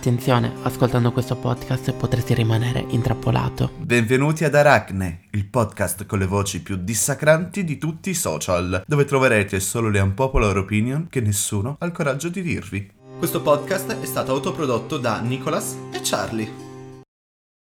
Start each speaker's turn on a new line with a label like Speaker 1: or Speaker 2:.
Speaker 1: Attenzione, ascoltando questo podcast potresti rimanere intrappolato.
Speaker 2: Benvenuti ad Aracne, il podcast con le voci più dissacranti di tutti i social, dove troverete solo le unpopular opinion che nessuno ha il coraggio di dirvi. Questo podcast è stato autoprodotto da Nicolas e Charlie.